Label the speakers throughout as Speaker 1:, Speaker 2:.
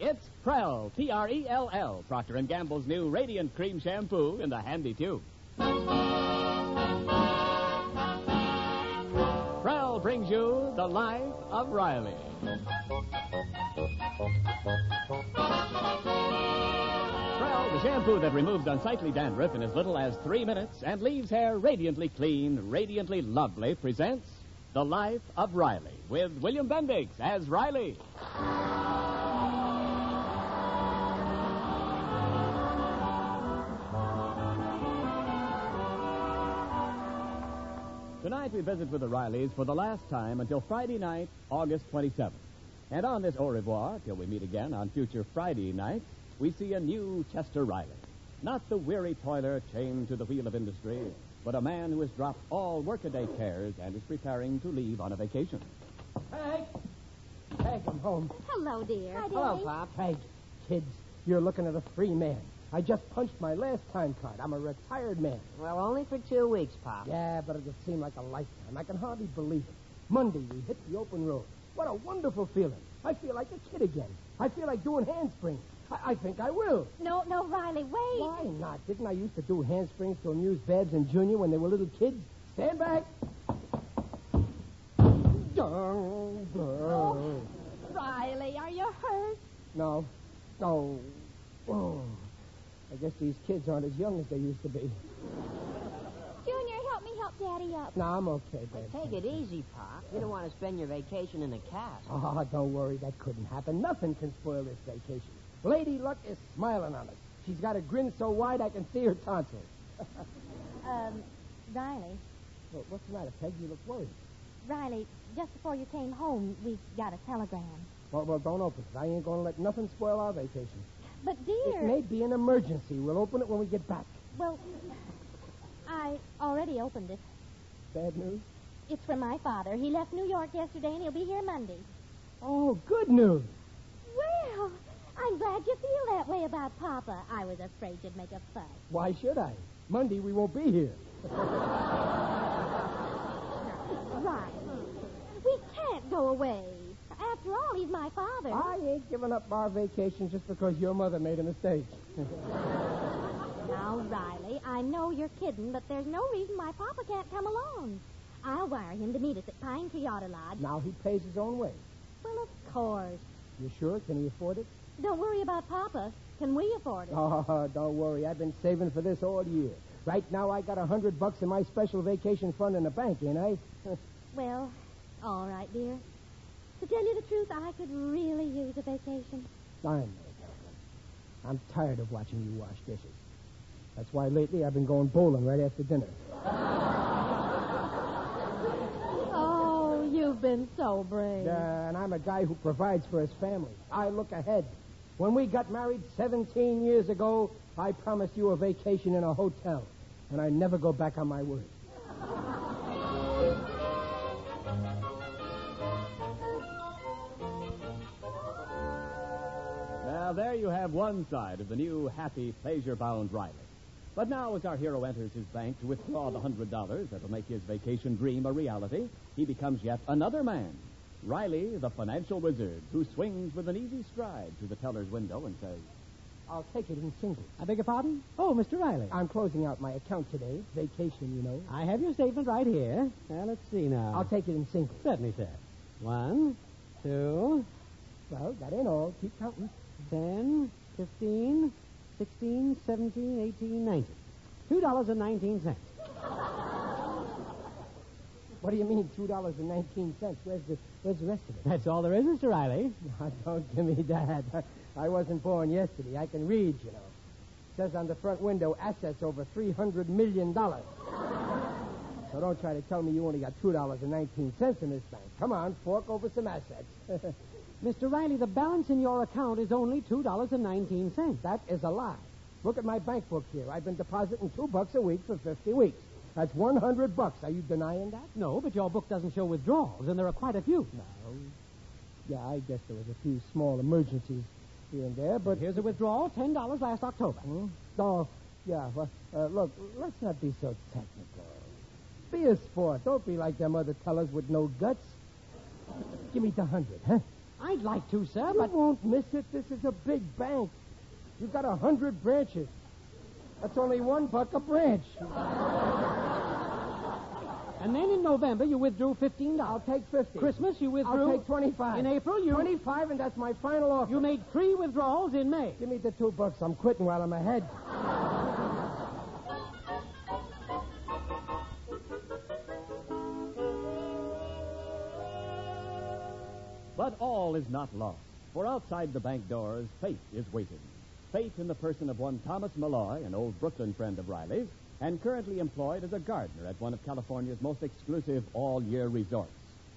Speaker 1: It's Prell, P-R-E-L-L, Procter & Gamble's new Radiant Cream Shampoo in the handy tube. Prell brings you The Life of Riley. Prell, the shampoo that removes unsightly dandruff in as little as three minutes and leaves hair radiantly clean, radiantly lovely, presents The Life of Riley with William Bendix as Riley. Tonight we visit with the Rileys for the last time until Friday night, August 27th. And on this au revoir, till we meet again on future Friday nights, we see a new Chester Riley. Not the weary toiler chained to the wheel of industry, but a man who has dropped all workaday cares and is preparing to leave on a vacation.
Speaker 2: Hank! Hank, I'm home.
Speaker 3: Hello, dear. Hi,
Speaker 2: Hello, Pop. Hank, kids, you're looking at a free man. I just punched my last time card. I'm a retired man.
Speaker 4: Well, only for two weeks, Pop.
Speaker 2: Yeah, but it'll seem like a lifetime. I can hardly believe it. Monday, we hit the open road. What a wonderful feeling. I feel like a kid again. I feel like doing handsprings. I, I think I will.
Speaker 3: No, no, Riley, wait.
Speaker 2: Why not? Didn't I used to do handsprings to amuse Babs and Junior when they were little kids? Stand back. Dong,
Speaker 3: Oh,
Speaker 2: dong.
Speaker 3: Riley, are you hurt?
Speaker 2: No. No. Whoa. oh, I guess these kids aren't as young as they used to be.
Speaker 3: Junior, help me help Daddy up.
Speaker 2: No, I'm okay,
Speaker 4: Well,
Speaker 2: Babs.
Speaker 4: take it easy, Pop. You don't want to spend your vacation in a cast.
Speaker 2: Oh, don't worry. That couldn't happen. Nothing can spoil this vacation. Lady Luck is smiling on us. She's got a grin so wide I can see her tonsils.
Speaker 3: Um, Riley,
Speaker 2: Well, what's the matter, Peg? You look worried.
Speaker 3: Riley, just before you came home, we got a telegram.
Speaker 2: Well, well, don't open it. I ain't going to let nothing spoil our vacation.
Speaker 3: But
Speaker 2: It
Speaker 3: dear,
Speaker 2: may be an emergency. We'll open it when we get back.
Speaker 3: well, I already opened it.
Speaker 2: Bad news?
Speaker 3: It's from my father. He left New York yesterday, and he'll be here Monday.
Speaker 2: Oh, good news.
Speaker 3: Well, I'm glad you feel that way about Papa. I was afraid you'd make a fuss.
Speaker 2: Why should I? Monday we won't be here.
Speaker 3: Riley, we can't go away. After all, he's my father.
Speaker 2: I ain't giving up our vacation just because your mother made a mistake.
Speaker 3: Now, Riley, I know you're kidding, but there's no reason why Papa can't come along. I'll wire him to meet us at Pine Tree Auto Lodge.
Speaker 2: Now he pays his own way.
Speaker 3: Well, of course.
Speaker 2: You sure? Can he afford it?
Speaker 3: Don't worry about Papa. Can we afford it?
Speaker 2: Oh, don't worry. I've been saving for this all year. Right now, I got a hundred bucks in my special vacation fund in the bank, ain't I?
Speaker 3: Well, all right, dear. To tell you the truth, I could really use a vacation.
Speaker 2: I know, darling. I'm tired of watching you wash dishes. That's why lately I've been going bowling right after dinner.
Speaker 3: Oh, you've been so brave.
Speaker 2: Uh, and I'm a guy who provides for his family. I look ahead. When we got married 17 years ago, I promised you a vacation in a hotel, and I never go back on my word.
Speaker 1: Now, there you have one side of the new, happy, pleasure bound Riley. But now, as our hero enters his bank to withdraw the $100 that'll make his vacation dream a reality, he becomes yet another man. Riley, the financial wizard, who swings with an easy stride to the teller's window and says,
Speaker 2: I'll take it in singles.
Speaker 5: I beg your pardon? Oh, Mr. Riley.
Speaker 2: I'm closing out my account today. Vacation, you know.
Speaker 5: I have your statement right here. Now, let's see now.
Speaker 2: I'll take it in singles.
Speaker 5: Certainly, sir. One, two,
Speaker 2: Well, that ain't all. Keep counting.
Speaker 5: ten, fifteen, sixteen, seventeen, eighteen, nineteen. Two dollars and nineteen cents.
Speaker 2: What do you mean, two dollars and nineteen cents? Where's the Where's the rest of it?
Speaker 5: That's all there is, Mr. Riley.
Speaker 2: Now, don't give me that. I wasn't born yesterday. I can read, you know. says on the front window, assets over three hundred million dollars. so don't try to tell me you only got two dollars and nineteen cents in this bank. Come on, fork over some assets.
Speaker 5: Mr. Riley, the balance in your account is only two dollars and nineteen cents.
Speaker 2: that is a lie. Look at my bank book here. I've been depositing two bucks a week for fifty weeks. That's one hundred bucks. Are you denying that?
Speaker 5: No, but your book doesn't show withdrawals, and there are quite a few.
Speaker 2: Yeah, I guess there was a few small emergencies here and there, but
Speaker 5: Here's a withdrawal, ten dollars last October.
Speaker 2: Hmm? Oh, yeah. Well, uh, look, let's not be so technical. Be a sport. Don't be like them other tellers with no guts. Give me the hundred, huh?
Speaker 5: I'd like to, sir,
Speaker 2: You
Speaker 5: but
Speaker 2: won't miss it. This is a big bank. You've got a hundred branches. That's only one buck a branch.
Speaker 5: and then in November you withdrew fifteen
Speaker 2: I'll
Speaker 5: dollars.
Speaker 2: take fifty.
Speaker 5: Christmas you withdrew.
Speaker 2: I'll take twenty-five.
Speaker 5: In April you
Speaker 2: twenty-five, and that's my final offer.
Speaker 5: you made three withdrawals in May.
Speaker 2: Give me the two bucks. I'm quitting while I'm ahead.
Speaker 1: But all is not lost, for outside the bank doors, fate is waiting. Fate in the person of one Thomas Malloy, an old Brooklyn friend of Riley's, and currently employed as a gardener at one of California's most exclusive all year resorts,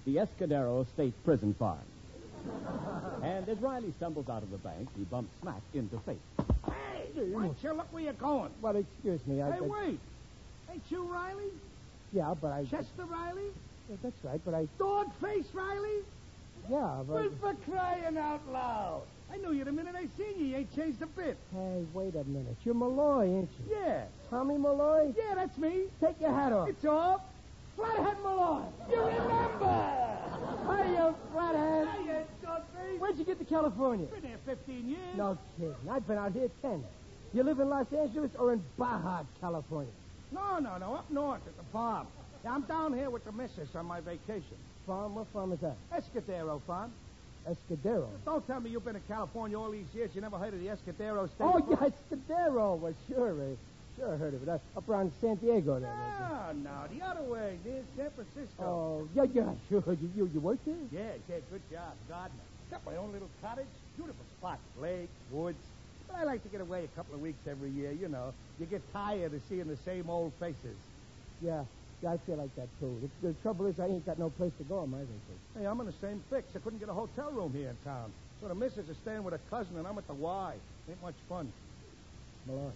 Speaker 1: the Escadero State Prison Farm. and as Riley stumbles out of the bank, he bumps smack into Fate.
Speaker 6: Hey, won't you look where you're going?
Speaker 2: But excuse me. I,
Speaker 6: Hey,
Speaker 2: I-
Speaker 6: wait. Ain't you Riley?
Speaker 2: Yeah, but I.
Speaker 6: Chester Riley?
Speaker 2: That's right, but I.
Speaker 6: Dog face Riley?
Speaker 2: Yeah, but.
Speaker 6: Well, for crying out loud. I knew you the minute I seen you. You ain't changed a bit.
Speaker 2: Hey, wait a minute. You're Malloy, ain't you?
Speaker 6: Yeah.
Speaker 2: Tommy Malloy?
Speaker 6: Yeah, that's me.
Speaker 2: Take your hat off.
Speaker 6: It's off. Flathead Malloy. You remember?
Speaker 2: Hiya, flathead.
Speaker 6: Hiya, dog face.
Speaker 2: Where'd you get to California?
Speaker 6: Been here 15 years.
Speaker 2: No kidding. I've been out here ten. You live in Los Angeles or in Baja, California?
Speaker 6: No, no, no. Up north at the farm. Yeah, I'm down here with the missus on my vacation.
Speaker 2: Farm? What farm is that?
Speaker 6: Escadero farm.
Speaker 2: Escudero.
Speaker 6: Don't tell me you've been in California all these years. You never heard of the Escadero State
Speaker 2: Oh,
Speaker 6: Farm.
Speaker 2: yeah, Escudero. Well, sure, eh, sure I heard of it. Up- Up around San Diego there. wasn't
Speaker 6: No, no, Ah, the other way, near San Francisco.
Speaker 2: it? Oh, yeah, yeah, sure. You, you, you work there?
Speaker 6: Yeah, yeah, good job, gardener. Got my own little cottage, beautiful spot, lake, woods. But I like to get away a couple of weeks every year, you know. You get tired of seeing the same old faces.
Speaker 2: Yeah, yeah, I feel like that, too. The, the trouble is I ain't got no place to go on my vacation.
Speaker 6: Hey, I'm in the same fix. I couldn't get a hotel room here in town. So the missus is staying with a cousin, and I'm at the Y. Ain't much fun.
Speaker 2: Malloy.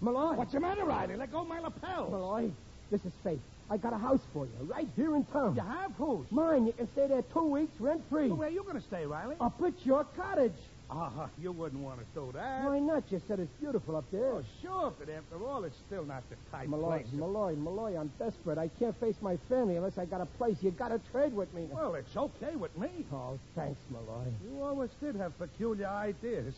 Speaker 2: Malloy.
Speaker 6: What's the matter, Riley? Let go of my lapel.
Speaker 2: Malloy, this is Faith. I got a house for you right here in town.
Speaker 6: You have whose?
Speaker 2: Mine. You can stay there two weeks rent free.
Speaker 6: Where are you going to stay, Riley?
Speaker 2: Up at your cottage.
Speaker 6: Ah, you wouldn't want to do that.
Speaker 2: Why not? You said it's beautiful up there.
Speaker 6: Oh, sure, but after all, it's still not the type
Speaker 2: Malloy,
Speaker 6: place.
Speaker 2: Malloy, Malloy, I'm desperate. I can't face my family unless I got a place. You got to trade with me.
Speaker 6: Well, it's okay with me.
Speaker 2: Oh, thanks, Malloy.
Speaker 6: You always did have peculiar ideas.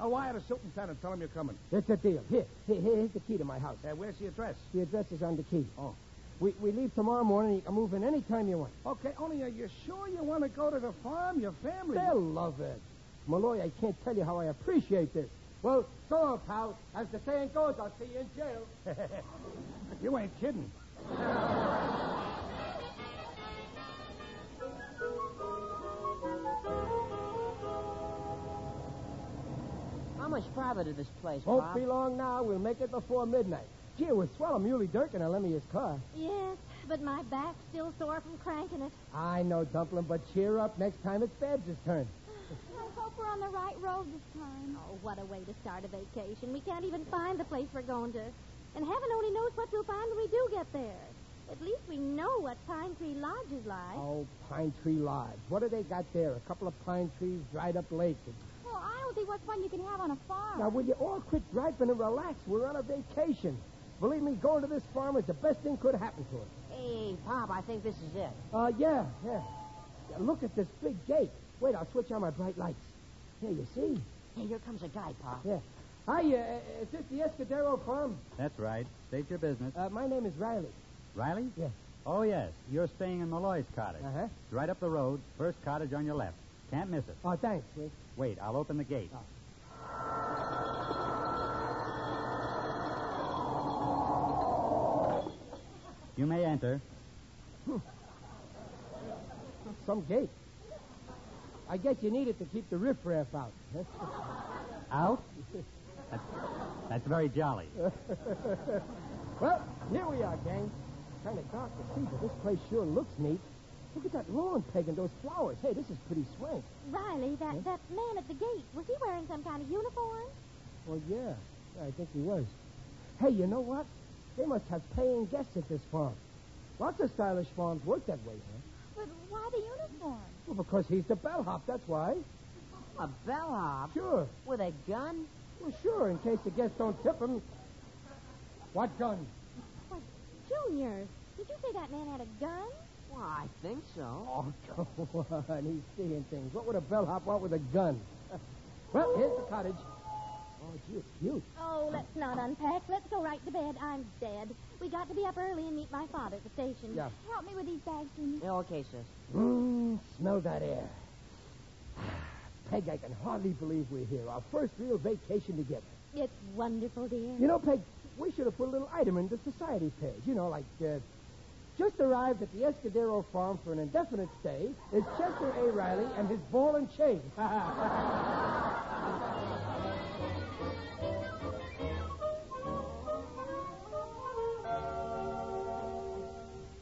Speaker 6: I'll wire the superintendent. Tell him you're coming.
Speaker 2: That's the deal. Here, here, here's the key to my house.
Speaker 6: Uh, where's the address?
Speaker 2: The address is on the key. Oh. We, we leave tomorrow morning. You can move in any time you want.
Speaker 6: Okay, only are you sure you want to go to the farm? Your family.
Speaker 2: They'll love it. Malloy, I can't tell you how I appreciate this. Well, so long, pal. As the saying goes, I'll see you in jail.
Speaker 6: You ain't kidding.
Speaker 4: How much farther to this place,
Speaker 2: Won't
Speaker 6: uh,
Speaker 4: Pop?
Speaker 2: be long now. We'll make it before midnight. Gee, it was swell. Muley Dirk and I lent me his car.
Speaker 3: Yes, but my back's still sore from cranking it.
Speaker 2: I know, Dumpling, but cheer up. Next time it's Babs' turn.
Speaker 3: I hope we're on the right road this time. Oh, what a way to start a vacation. We can't even find the place we're going to. And heaven only knows what we'll find when we do get there. At least we know what Pine Tree Lodge is like. Oh,
Speaker 2: Oh, Pine Tree Lodge. What do they got there? A couple of pine trees, dried up lake.
Speaker 3: Oh, I don't see what fun you can have on a farm.
Speaker 2: Now, will you all quit griping and relax? We're on a vacation. Believe me, going to this farm is the best thing could happen to us.
Speaker 4: Hey, Pop, I think this is it.
Speaker 2: Uh, yeah, yeah. Yeah, Look at this big gate. Wait, I'll switch on my bright lights. Here, you see?
Speaker 4: Hey, here comes a guy, Pop.
Speaker 2: Yeah. Hiya, uh, is this the Escudero farm?
Speaker 7: That's right. State your business.
Speaker 2: Uh, my name is Riley.
Speaker 7: Riley?
Speaker 2: yeah.
Speaker 7: Oh, yes. You're staying in Malloy's cottage.
Speaker 2: Uh-huh.
Speaker 7: It's right up the road. First cottage on your left. Can't miss it.
Speaker 2: Oh, thanks, Rick.
Speaker 7: Wait, I'll open the gate. You may enter.
Speaker 2: Some gate. I guess you need it to keep the riffraff out. huh?
Speaker 7: Out? That's, that's very jolly.
Speaker 2: well, here we are, gang. Kind of dark to see, but this place sure looks neat. Look at that lawn peg and those flowers. Hey, this is pretty swank.
Speaker 3: Riley, that, that man at the gate, was he wearing some kind of uniform?
Speaker 2: Well, yeah. I think he was. Hey, you know what? They must have paying guests at this farm. Lots of stylish farms work that way, huh?
Speaker 3: But why the uniform?
Speaker 2: Well, because he's the bellhop, that's why.
Speaker 4: A bellhop?
Speaker 2: Sure.
Speaker 4: With a gun?
Speaker 2: Well, sure, in case the guests don't tip him. What gun?
Speaker 3: Why, Junior, did you say that man had a gun?
Speaker 4: Well, I think so.
Speaker 2: Oh, come on. He's seeing things. What would a bellhop want with a gun? well, here's the cottage. Oh, gee, it's huge.
Speaker 3: Oh, let's not unpack. Let's go right to bed. I'm dead. We got to be up early and meet my father at the station.
Speaker 2: Yeah.
Speaker 3: Help me with these bags, Junior.
Speaker 4: Yeah, okay, sis.
Speaker 2: Mmm, smell that air. Peg, I can hardly believe we're here. Our first real vacation together.
Speaker 3: It's wonderful, dear.
Speaker 2: You know, Peg, we should have put a little item in the society page. You know, like, uh, just arrived at the Escudero farm for an indefinite stay is Chester A. Riley and his ball and chain.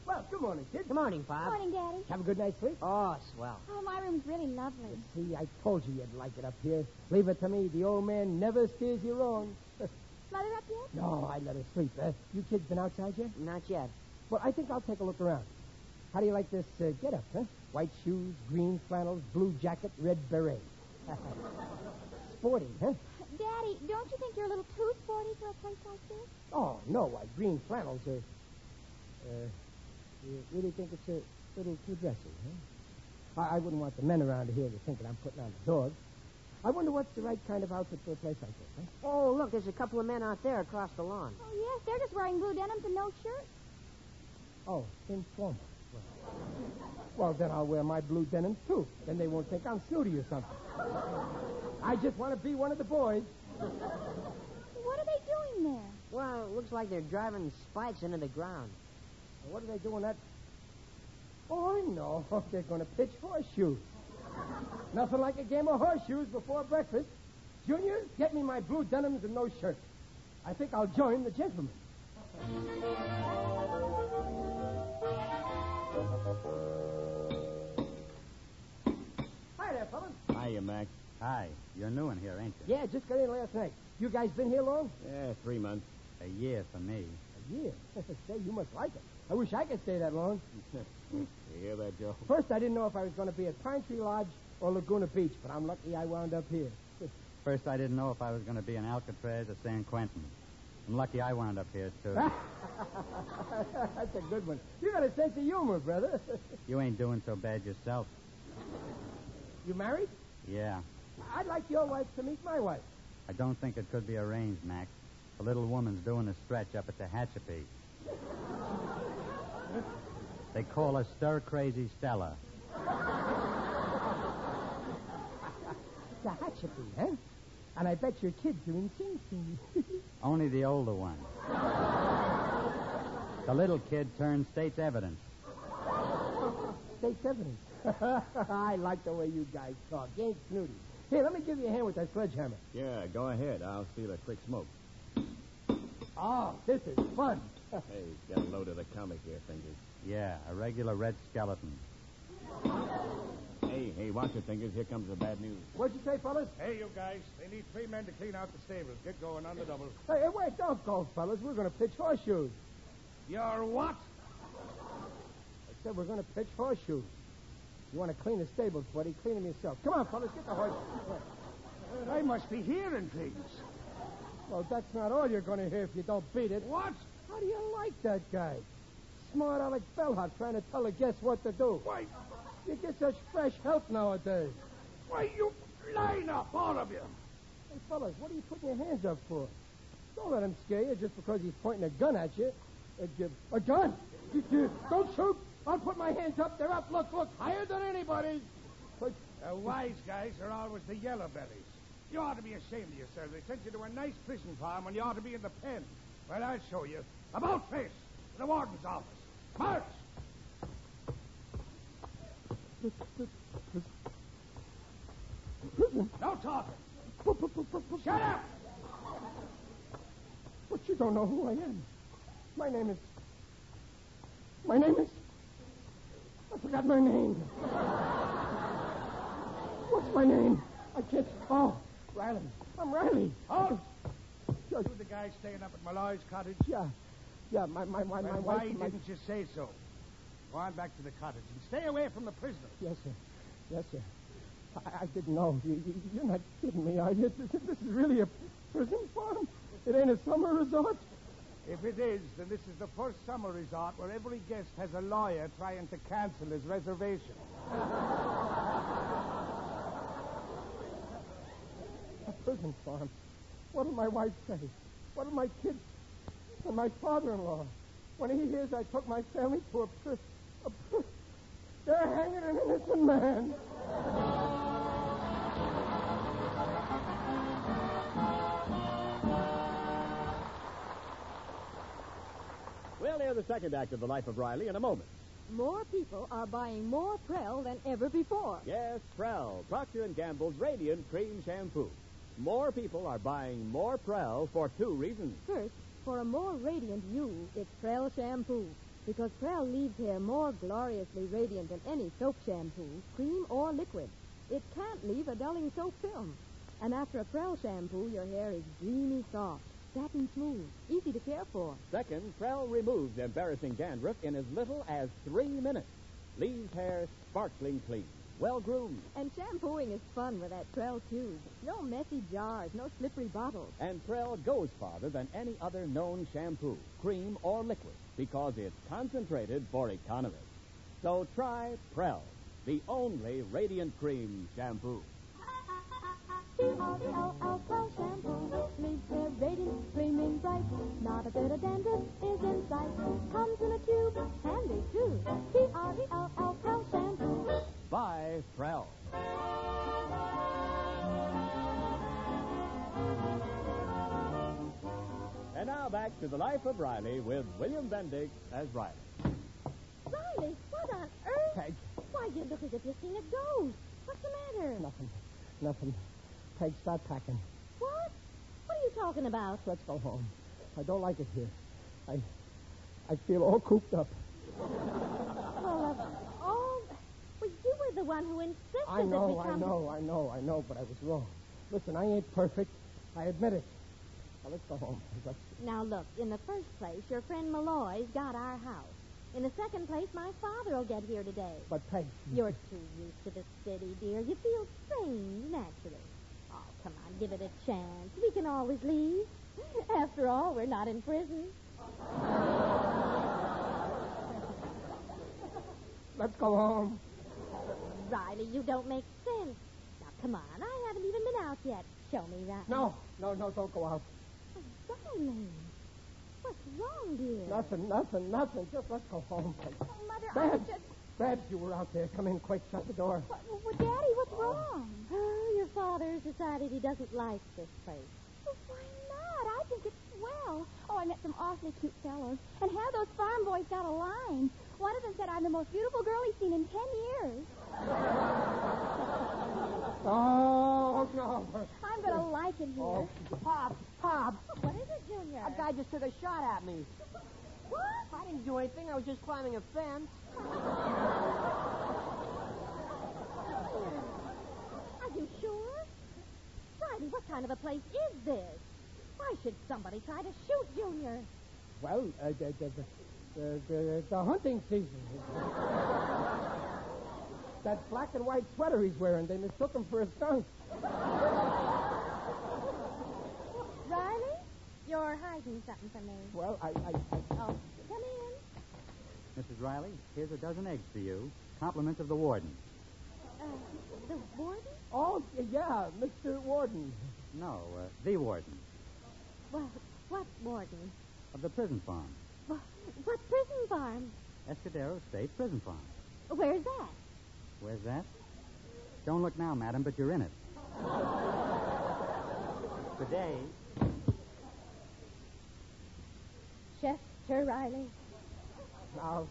Speaker 2: well, good morning, kids.
Speaker 4: Good morning, Pop.
Speaker 3: Morning, Daddy.
Speaker 2: Have a good night's sleep.
Speaker 4: Oh, swell.
Speaker 3: Oh, my room's really lovely.
Speaker 2: You see, I told you you'd like it up here. Leave it to me. The old man never steers you wrong.
Speaker 3: Mother up yet?
Speaker 2: no, I let her sleep. Eh? You kids been outside yet?
Speaker 4: Not yet.
Speaker 2: Well, I think I'll take a look around. How do you like this uh, get up, huh? White shoes, green flannels, blue jacket, red beret. Sporty, huh?
Speaker 3: Daddy, don't you think you're a little too sporty for a place like this?
Speaker 2: Oh, no, why, green flannels are. Uh, you really think it's a little too dressy, huh? I, I wouldn't want the men around here to think that I'm putting on the dog. I wonder what's the right kind of outfit for a place like this, huh?
Speaker 4: Oh, look, there's a couple of men out there across the lawn.
Speaker 3: Oh, yes. They're just wearing blue denims and no shirts.
Speaker 2: Oh, informal. Well, then I'll wear my blue denims, too. Then they won't think I'm snooty or something. I just want to be one of the boys.
Speaker 3: What are they doing there?
Speaker 4: Well, it looks like they're driving spikes into the ground.
Speaker 2: What are they doing that? Oh, I know. They're going to pitch horseshoes. Nothing like a game of horseshoes before breakfast. Junior, get me my blue denims and no shirt. I think I'll join the gentlemen. Hi there, fellas.
Speaker 1: Hiya, Mac.
Speaker 7: Hi. You're new in here, ain't you?
Speaker 2: Yeah, just got in last night. You guys been here long?
Speaker 1: Yeah, three months.
Speaker 7: A year for me.
Speaker 2: A year. Say, you must like it. I wish I could stay that long.
Speaker 1: you hear that, Joe?
Speaker 2: First, I didn't know if I was going to be at Pine Tree Lodge or Laguna Beach, but I'm lucky I wound up here.
Speaker 7: First, I didn't know if I was going to be in Alcatraz or San Quentin. I'm lucky I wound up here, too.
Speaker 2: That's a good one. You got a sense of humor, brother.
Speaker 7: you ain't doing so bad yourself.
Speaker 2: you married?
Speaker 7: Yeah.
Speaker 2: I'd like your wife to meet my wife.
Speaker 7: I don't think it could be arranged, Mac. The little woman's doing a stretch up at Tehachapi. they call her Stir Crazy Stella.
Speaker 2: Tehachapi, huh? And I bet your kids are in Sing Sing.
Speaker 7: Only the older one. the little kid turned state's evidence.
Speaker 2: State evidence. I like the way you guys talk. You ain't snooty. Here, let me give you a hand with that sledgehammer.
Speaker 1: Yeah, go ahead. I'll steal a quick smoke.
Speaker 2: Oh, this is fun.
Speaker 1: Hey, get a load of the comic here, Fingers.
Speaker 7: Yeah, a regular red skeleton.
Speaker 1: Hey, hey, watch it, Fingers. Here comes the bad news.
Speaker 2: What'd you say, fellas?
Speaker 6: Hey, you guys. They need three men to clean out the stables. Get going on the double.
Speaker 2: Hey, hey, wait, don't go, fellas. We're going to pitch horseshoes.
Speaker 6: You're what?
Speaker 2: I said we're going to pitch horseshoes. You want to clean the stables, buddy? Clean them yourself. Come on, fellas, get the horseshoes.
Speaker 6: I must be hearing things.
Speaker 2: Well, that's not all you're going to hear if you don't beat it.
Speaker 6: What?
Speaker 2: How do you like that guy? Smart Alec Bellhop trying to tell a guest what to do.
Speaker 6: Why,
Speaker 2: You get such fresh help nowadays.
Speaker 6: why, you line up, all of you.
Speaker 2: Hey, fellas, what are you putting your hands up for? Don't let him scare you just because he's pointing a gun at you. A, gu- a gun? You- you- Don't shoot. I'll put my hands up. They're up. Look, look. Higher than anybody's. But,
Speaker 6: The wise guys are always the yellow bellies. You ought to be ashamed of yourself. They sent you to a nice prison farm when you ought to be in the pen. Well, I'll show you. About face to the warden's office. March! No talking.
Speaker 2: but, but, but, but,
Speaker 6: Shut up!
Speaker 2: but you don't know who I am. My name is. My name is. I forgot my name. What's my name? I can't. Oh, Riley. I'm Riley.
Speaker 6: Halt!
Speaker 2: Yeah,
Speaker 6: Who's the guy staying up at Malloy's cottage?
Speaker 2: yeah, yeah. My my my, my
Speaker 6: Well,
Speaker 2: wife.
Speaker 6: why
Speaker 2: and my-
Speaker 6: didn't you say so? Go on back to the cottage and stay away from the prisoners.
Speaker 2: Yes, sir. Yes, sir. I, I didn't know. You, you, you're not kidding me, are you? This, this is really a prison farm? It ain't a summer resort?
Speaker 6: If it is, then this is the first summer resort where every guest has a lawyer trying to cancel his reservation.
Speaker 2: A prison farm. What'll my wife say? What'll my kids and my father-in-law? When he hears I took my family to a prison, a pri- they're hanging an innocent man.
Speaker 1: We'll hear the second act of The Life of Riley in a moment.
Speaker 8: More people are buying more Prel than ever before.
Speaker 1: Yes, Prel, Procter & Gamble's Radiant Cream Shampoo. More people are buying more Prel for two reasons.
Speaker 8: First, for a more radiant you, it's Prel shampoo. Because Prel leaves hair more gloriously radiant than any soap shampoo, cream or liquid. It can't leave a dulling soap film. And after a Prel shampoo, your hair is dreamy soft, satin smooth, easy to care for.
Speaker 1: Second, Prel removes embarrassing dandruff in as little as three minutes. Leaves hair sparkling clean, well groomed,
Speaker 8: And shampooing is fun with that Prel tube. No messy jars, no slippery bottles.
Speaker 1: and Prel goes farther than any other known shampoo, cream, or liquid because it's concentrated for economy. So try Prel, the only Radiant Cream Shampoo.
Speaker 3: P-R-E-L-L Prel shampoo leaves hair radiant, gleaming bright. Not a bit of dandruff is in sight. Comes in a tube, handy too. P-R-E-L-L Prel shampoo.
Speaker 1: Buy Prel. And now back to the life of Riley with William Bendix as Riley.
Speaker 3: Riley, what on earth?
Speaker 2: Peg,
Speaker 3: Why, you look as if you've seen a ghost. What's the matter?
Speaker 2: nothing, nothing. Peg, start packing.
Speaker 3: What? What are you talking about?
Speaker 2: Let's go home. I don't like it here. I, I feel all cooped up.
Speaker 3: Well, of all... Well, you were the one who insisted
Speaker 2: uh, I
Speaker 3: that we
Speaker 2: know,
Speaker 3: come...
Speaker 2: I know, I know, I know, but I was wrong. Listen, I ain't perfect. I admit it. Now let's go home. Let's,
Speaker 3: Now, look, in the first place, your friend Malloy's got our house. In the second place, my father will get here today.
Speaker 2: but Peg,
Speaker 3: You're too used to the city, dear. You feel strange, naturally. Oh, come on, give it a chance. We can always leave. After all, we're not in prison.
Speaker 2: let's go home.
Speaker 3: Riley, you don't make sense. Now, come on, I haven't even been out yet. Show me that.
Speaker 2: No, no, no, don't go out.
Speaker 3: Riley, what's wrong, dear?
Speaker 2: Nothing, nothing, nothing. Just let's go home, Peg.
Speaker 3: Oh, Mother, I
Speaker 2: Babs,
Speaker 3: just...
Speaker 2: Babs, you were out there. Come in quick. Shut the door.
Speaker 3: What, what, Daddy, what's wrong? Oh, your father's decided he doesn't like this place.
Speaker 9: Well, why not? I think it's swell. Oh, I met some awfully cute fellows. And how those farm boys got a line. One of them said, I'm the most beautiful girl he's seen in ten years.
Speaker 2: Oh, no.
Speaker 9: I'm going to like it here.
Speaker 2: Oh,
Speaker 4: Pop, Pop,
Speaker 3: What is it, Junior?
Speaker 4: a guy just took a shot at me.
Speaker 3: What?
Speaker 4: I didn't do anything. I was just climbing a fence.
Speaker 3: Are you sure? Riley, what kind of a place is this? Why should somebody try to shoot Junior?
Speaker 2: well, uh, the, the, the, the, the, the hunting season. that black and white sweater he's wearing, they mistook him for a skunk.
Speaker 3: Riley? You're hiding something from me.
Speaker 2: Well, I, I, I
Speaker 3: Oh, come in.
Speaker 7: Mrs. Riley, here's a dozen eggs for you. Compliments of the warden.
Speaker 3: Uh, the warden?
Speaker 2: Oh, y- yeah, Mr. Warden.
Speaker 7: No, uh, the warden
Speaker 3: Well, what warden?
Speaker 7: of the prison farm.
Speaker 3: What, what prison farm?
Speaker 7: Escudero State Prison Farm.
Speaker 3: Where's that?
Speaker 7: Where's that? Don't look now, madam, but you're in it. Today,
Speaker 3: Chester Riley.
Speaker 2: Now,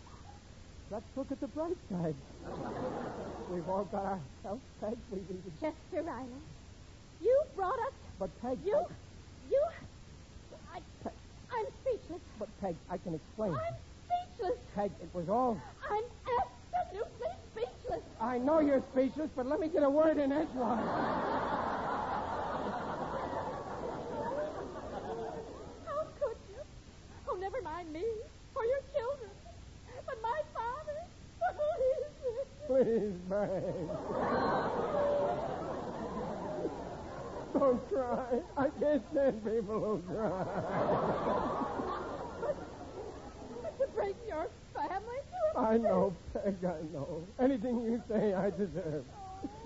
Speaker 2: let's look at the bright side. We've all got our health Peg. We, we, we-
Speaker 3: Chester Riley. You brought us.
Speaker 2: but Peg,
Speaker 3: You.
Speaker 2: I-
Speaker 3: You. I, I'm speechless.
Speaker 2: but Peg, I can explain.
Speaker 3: I'm speechless.
Speaker 2: Peg, it was all.
Speaker 3: I'm absolutely speechless.
Speaker 2: I know you're speechless, but let me get a word in edgewise.
Speaker 3: How could you? Oh, never mind me or your children, but my father. What is it?
Speaker 2: Please, Meg. Don't cry. I can't stand people who cry.
Speaker 9: bring your family to
Speaker 2: I know, Peg, I know. Anything you say, I deserve.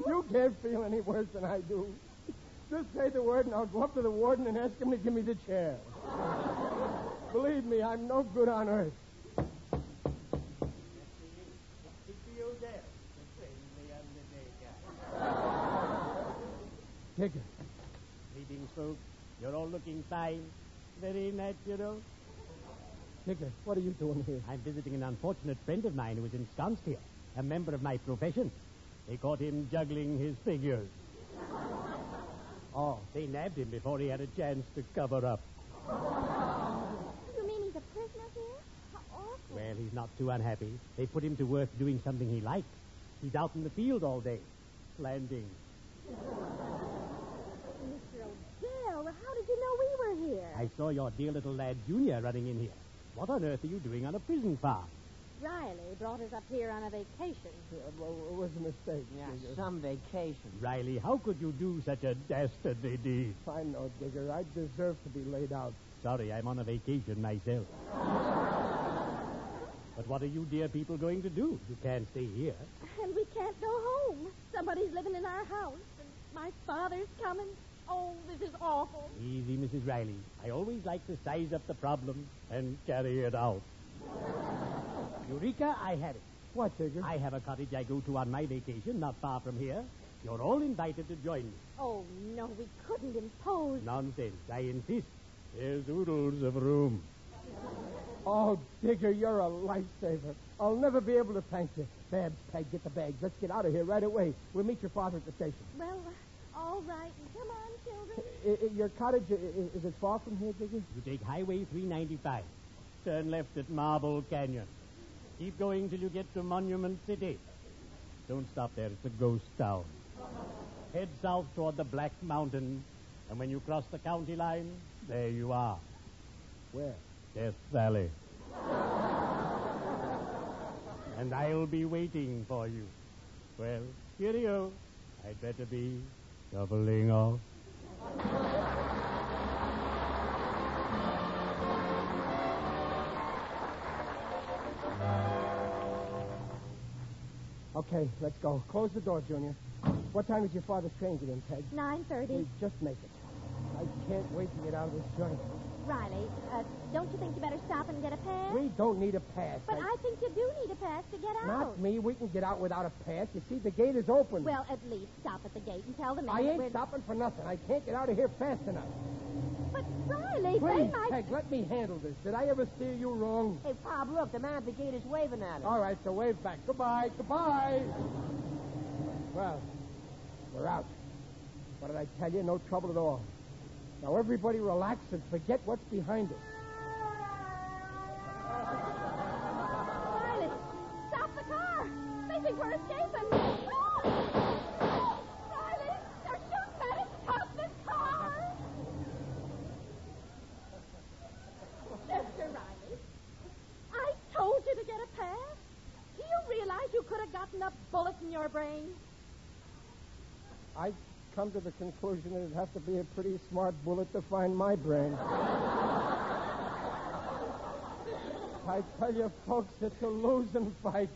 Speaker 2: You can't feel any worse than I do. Just say the word, and I'll go up to the warden and ask him to give me the chair. Believe me, I'm no good on earth. Digger.
Speaker 10: Greetings, folks. You're all looking fine. Very natural.
Speaker 2: Digger, what are you doing here?
Speaker 10: I'm visiting an unfortunate friend of mine who is ensconced here, a member of my profession. They caught him juggling his figures.
Speaker 2: Oh.
Speaker 10: They nabbed him before he had a chance to cover up.
Speaker 9: You mean he's a prisoner here? How awful.
Speaker 10: Well, he's not too unhappy. They put him to work doing something he likes. He's out in the field all day, planting.
Speaker 3: Mr. O'Dell, how did you know we were here?
Speaker 10: I saw your dear little lad, Junior, running in here. What on earth are you doing on a prison farm?
Speaker 3: Riley brought us up here on a vacation.
Speaker 2: It was a mistake.
Speaker 4: Yeah,
Speaker 2: Digger.
Speaker 4: some vacation.
Speaker 10: Riley, how could you do such a dastardly deed?
Speaker 2: I know, oh, Digger. I deserve to be laid out.
Speaker 10: Sorry, I'm on a vacation myself. but what are you dear people going to do? You can't stay here.
Speaker 3: And we can't go home. Somebody's living in our house, and my father's coming. Oh, this is awful.
Speaker 10: Easy, Mrs. Riley. I always like to size up the problem and carry it out. Eureka, I have it.
Speaker 2: What, Digger?
Speaker 10: I have a cottage I go to on my vacation, not far from here. You're all invited to join me.
Speaker 3: Oh, no, we couldn't impose.
Speaker 10: Nonsense. I insist. There's oodles of room.
Speaker 2: Oh, Digger, you're a lifesaver. I'll never be able to thank you. Babs, Peg, get the bags. Let's get out of here right away. We'll meet your father at the station.
Speaker 3: Well, all right. Come on, children.
Speaker 2: I, I, your cottage, i- i- is it far from here, Digger?
Speaker 10: You take Highway 395. Turn left at Marble Canyon. Keep going till you get to Monument City. Don't stop there. It's a ghost town. Head south toward the Black Mountains, and when you cross the county line, there you are.
Speaker 2: Where?
Speaker 10: Death Valley. and I'll be waiting for you. Well, cheerio. I'd better be doubling off.
Speaker 2: Okay, let's go. Close the door, Junior. What time is your father's train get in, Peg?
Speaker 3: 9.30.
Speaker 2: We just make it. I can't wait to get out of this joint.
Speaker 3: Riley, uh, don't you think you better stop and get a pass?
Speaker 2: We don't need a pass.
Speaker 3: But
Speaker 2: Peg.
Speaker 3: I think you do need a pass to get out.
Speaker 2: Not me. We can get out without a pass. You see, the gate is open.
Speaker 3: Well, at least stop at the gate and tell the man
Speaker 2: I ain't
Speaker 3: we're...
Speaker 2: stopping for nothing. I can't get out of here fast enough.
Speaker 3: But, Riley,
Speaker 2: Please,
Speaker 3: they might...
Speaker 2: Peg, let me handle this. Did I ever steer you wrong?
Speaker 4: Hey, Bob, look, the man at the gate is waving at us.
Speaker 2: All right, so wave back. Goodbye. Goodbye. Well, we're out. What did I tell you? No trouble at all. Now, everybody relax and forget what's behind us.
Speaker 3: Riley, stop the car. They think we're escaping. Ah! Riley, they're shooting at us. Stop the car. Mr. Riley, I told you to get a pass. Do you realize you could have gotten a bullet in your brain?
Speaker 2: I come to the conclusion that it'd have to be a pretty smart bullet to find my brain. I tell you, folks, it's a losing fight.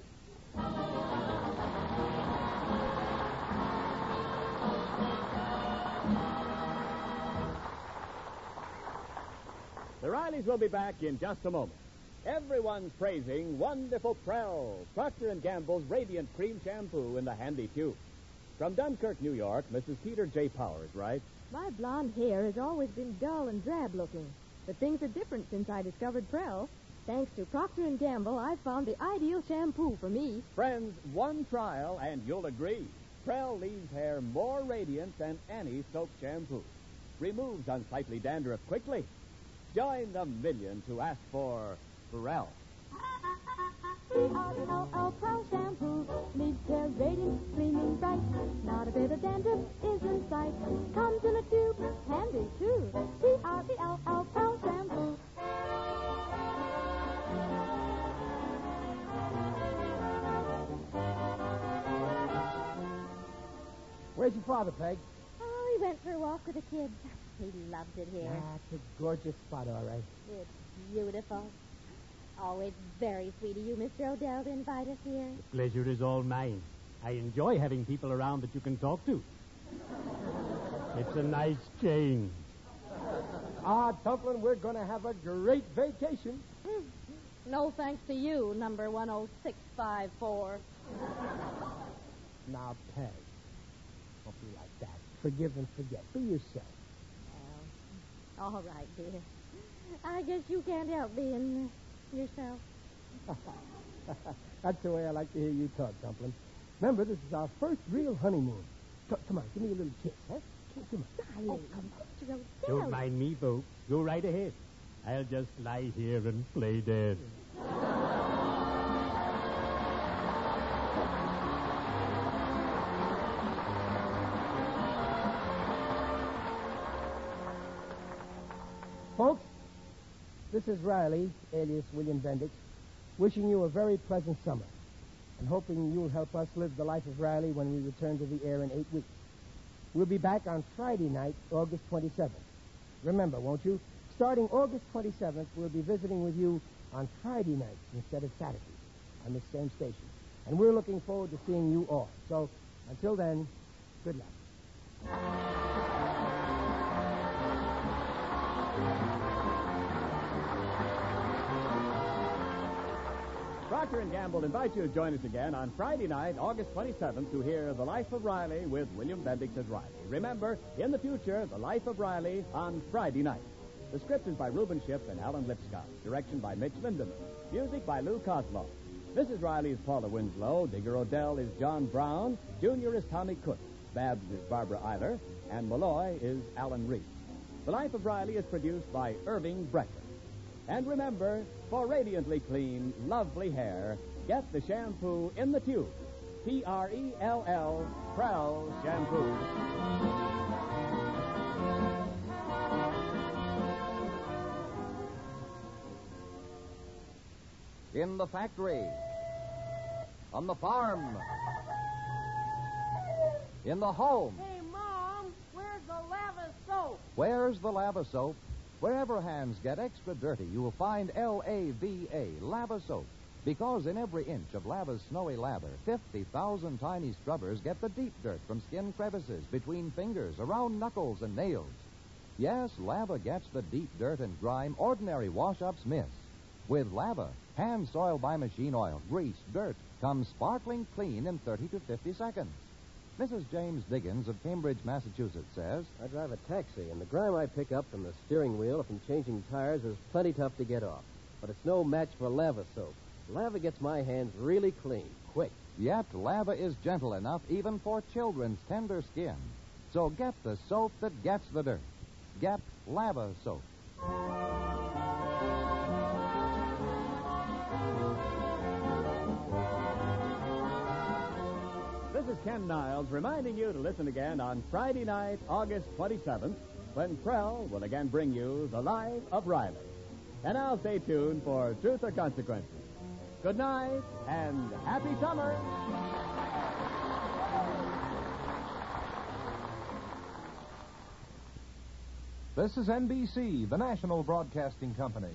Speaker 1: The Rileys will be back in just a moment. Everyone's praising wonderful Prell, Procter & Gamble's Radiant Cream Shampoo in the handy tube. From Dunkirk, New York, Mrs. Peter J. Powers writes,
Speaker 8: My blonde hair has always been dull and drab looking, but things are different since I discovered Prel. Thanks to Procter & Gamble, I've found the ideal shampoo for me.
Speaker 1: Friends, one trial and you'll agree. Prell leaves hair more radiant than any soap shampoo. Removes unsightly dandruff quickly. Join the million to ask for Prell.
Speaker 9: P-R-E-L-L, Pearl Shampoo leaves hair radiant, gleaming bright. Not a bit of dandruff is in sight. Comes in a tube, handy too. P-R-E-L-L, Pearl Shampoo.
Speaker 2: Where's your father, Peg?
Speaker 3: Oh, he went for a walk with the kids. He loves it here.
Speaker 2: That's a gorgeous spot, all right.
Speaker 3: It's beautiful. Always very sweet of you, Mr. Odell, to invite us here.
Speaker 10: Pleasure is all mine. I enjoy having people around that you can talk to. It's a nice change.
Speaker 2: Ah, Tufflin, we're going to have a great vacation.
Speaker 3: No thanks to you, number 10654.
Speaker 2: Now, Peg, don't be like that. Forgive and forget. Be yourself.
Speaker 3: All right, dear. I guess you can't help being yourself.
Speaker 2: That's the way I like to hear you talk, Dumpling. Remember, this is our first real honeymoon. Co- come on, give me a little kiss, huh? Come- Come
Speaker 3: Oh,
Speaker 2: on.
Speaker 3: come on, Mr. Odell.
Speaker 10: Don't mind me, folks. Go right ahead. I'll just lie here and play dead.
Speaker 2: Folks, this is Riley, alias William Bendix, wishing you a very pleasant summer and hoping you'll help us live the life of Riley when we return to the air in eight weeks. We'll be back on Friday night, August 27th. Remember, won't you? Starting August 27th, we'll be visiting with you on Friday nights instead of Saturdays on this same station. And we're looking forward to seeing you all. So until then, good luck.
Speaker 1: Procter and Gamble invite you to join us again on Friday night, August 27th, to hear The Life of Riley with William Bendix as Riley. Remember, in the future, The Life of Riley on Friday night. The script is by Reuben Ship and Alan Lipscott. Direction by Mitch Lindemann. Music by Lou Coslow. Mrs. Riley is Paula Winslow. Digger Odell is John Brown. Junior is Tommy Cook. Babs is Barbara Eiler. And Malloy is Alan Reed. The Life of Riley is produced by Irving Brecker. And remember, for radiantly clean, lovely hair, get the shampoo in the tube. P R E L L, Prell Shampoo.
Speaker 11: in the factory, on the farm, in the home.
Speaker 12: Hey, Mom, where's the lava soap?
Speaker 11: Where's the lava soap? Wherever hands get extra dirty, you will find L A V A, lava soap. Because in every inch of lava's snowy lather, 50,000 tiny scrubbers get the deep dirt from skin crevices, between fingers, around knuckles, and nails. Yes, lava gets the deep dirt and grime ordinary wash ups miss. With lava, hand soiled by machine oil, grease, dirt, comes sparkling clean in 30 to 50 seconds. Mrs. James Diggins of Cambridge, Massachusetts says,
Speaker 13: I drive a taxi, and the grime I pick up from the steering wheel from changing tires is plenty tough to get off. But it's no match for lava soap. Lava gets my hands really clean, quick.
Speaker 11: Yet lava is gentle enough even for children's tender skin. So get the soap that gets the dirt. Get lava soap.
Speaker 1: This is Ken Niles reminding you to listen again on Friday night, August 27th, when Prell will again bring you The Life of Riley. And now stay tuned for Truth or Consequences. Good night and happy summer.
Speaker 14: This is NBC, the national broadcasting company.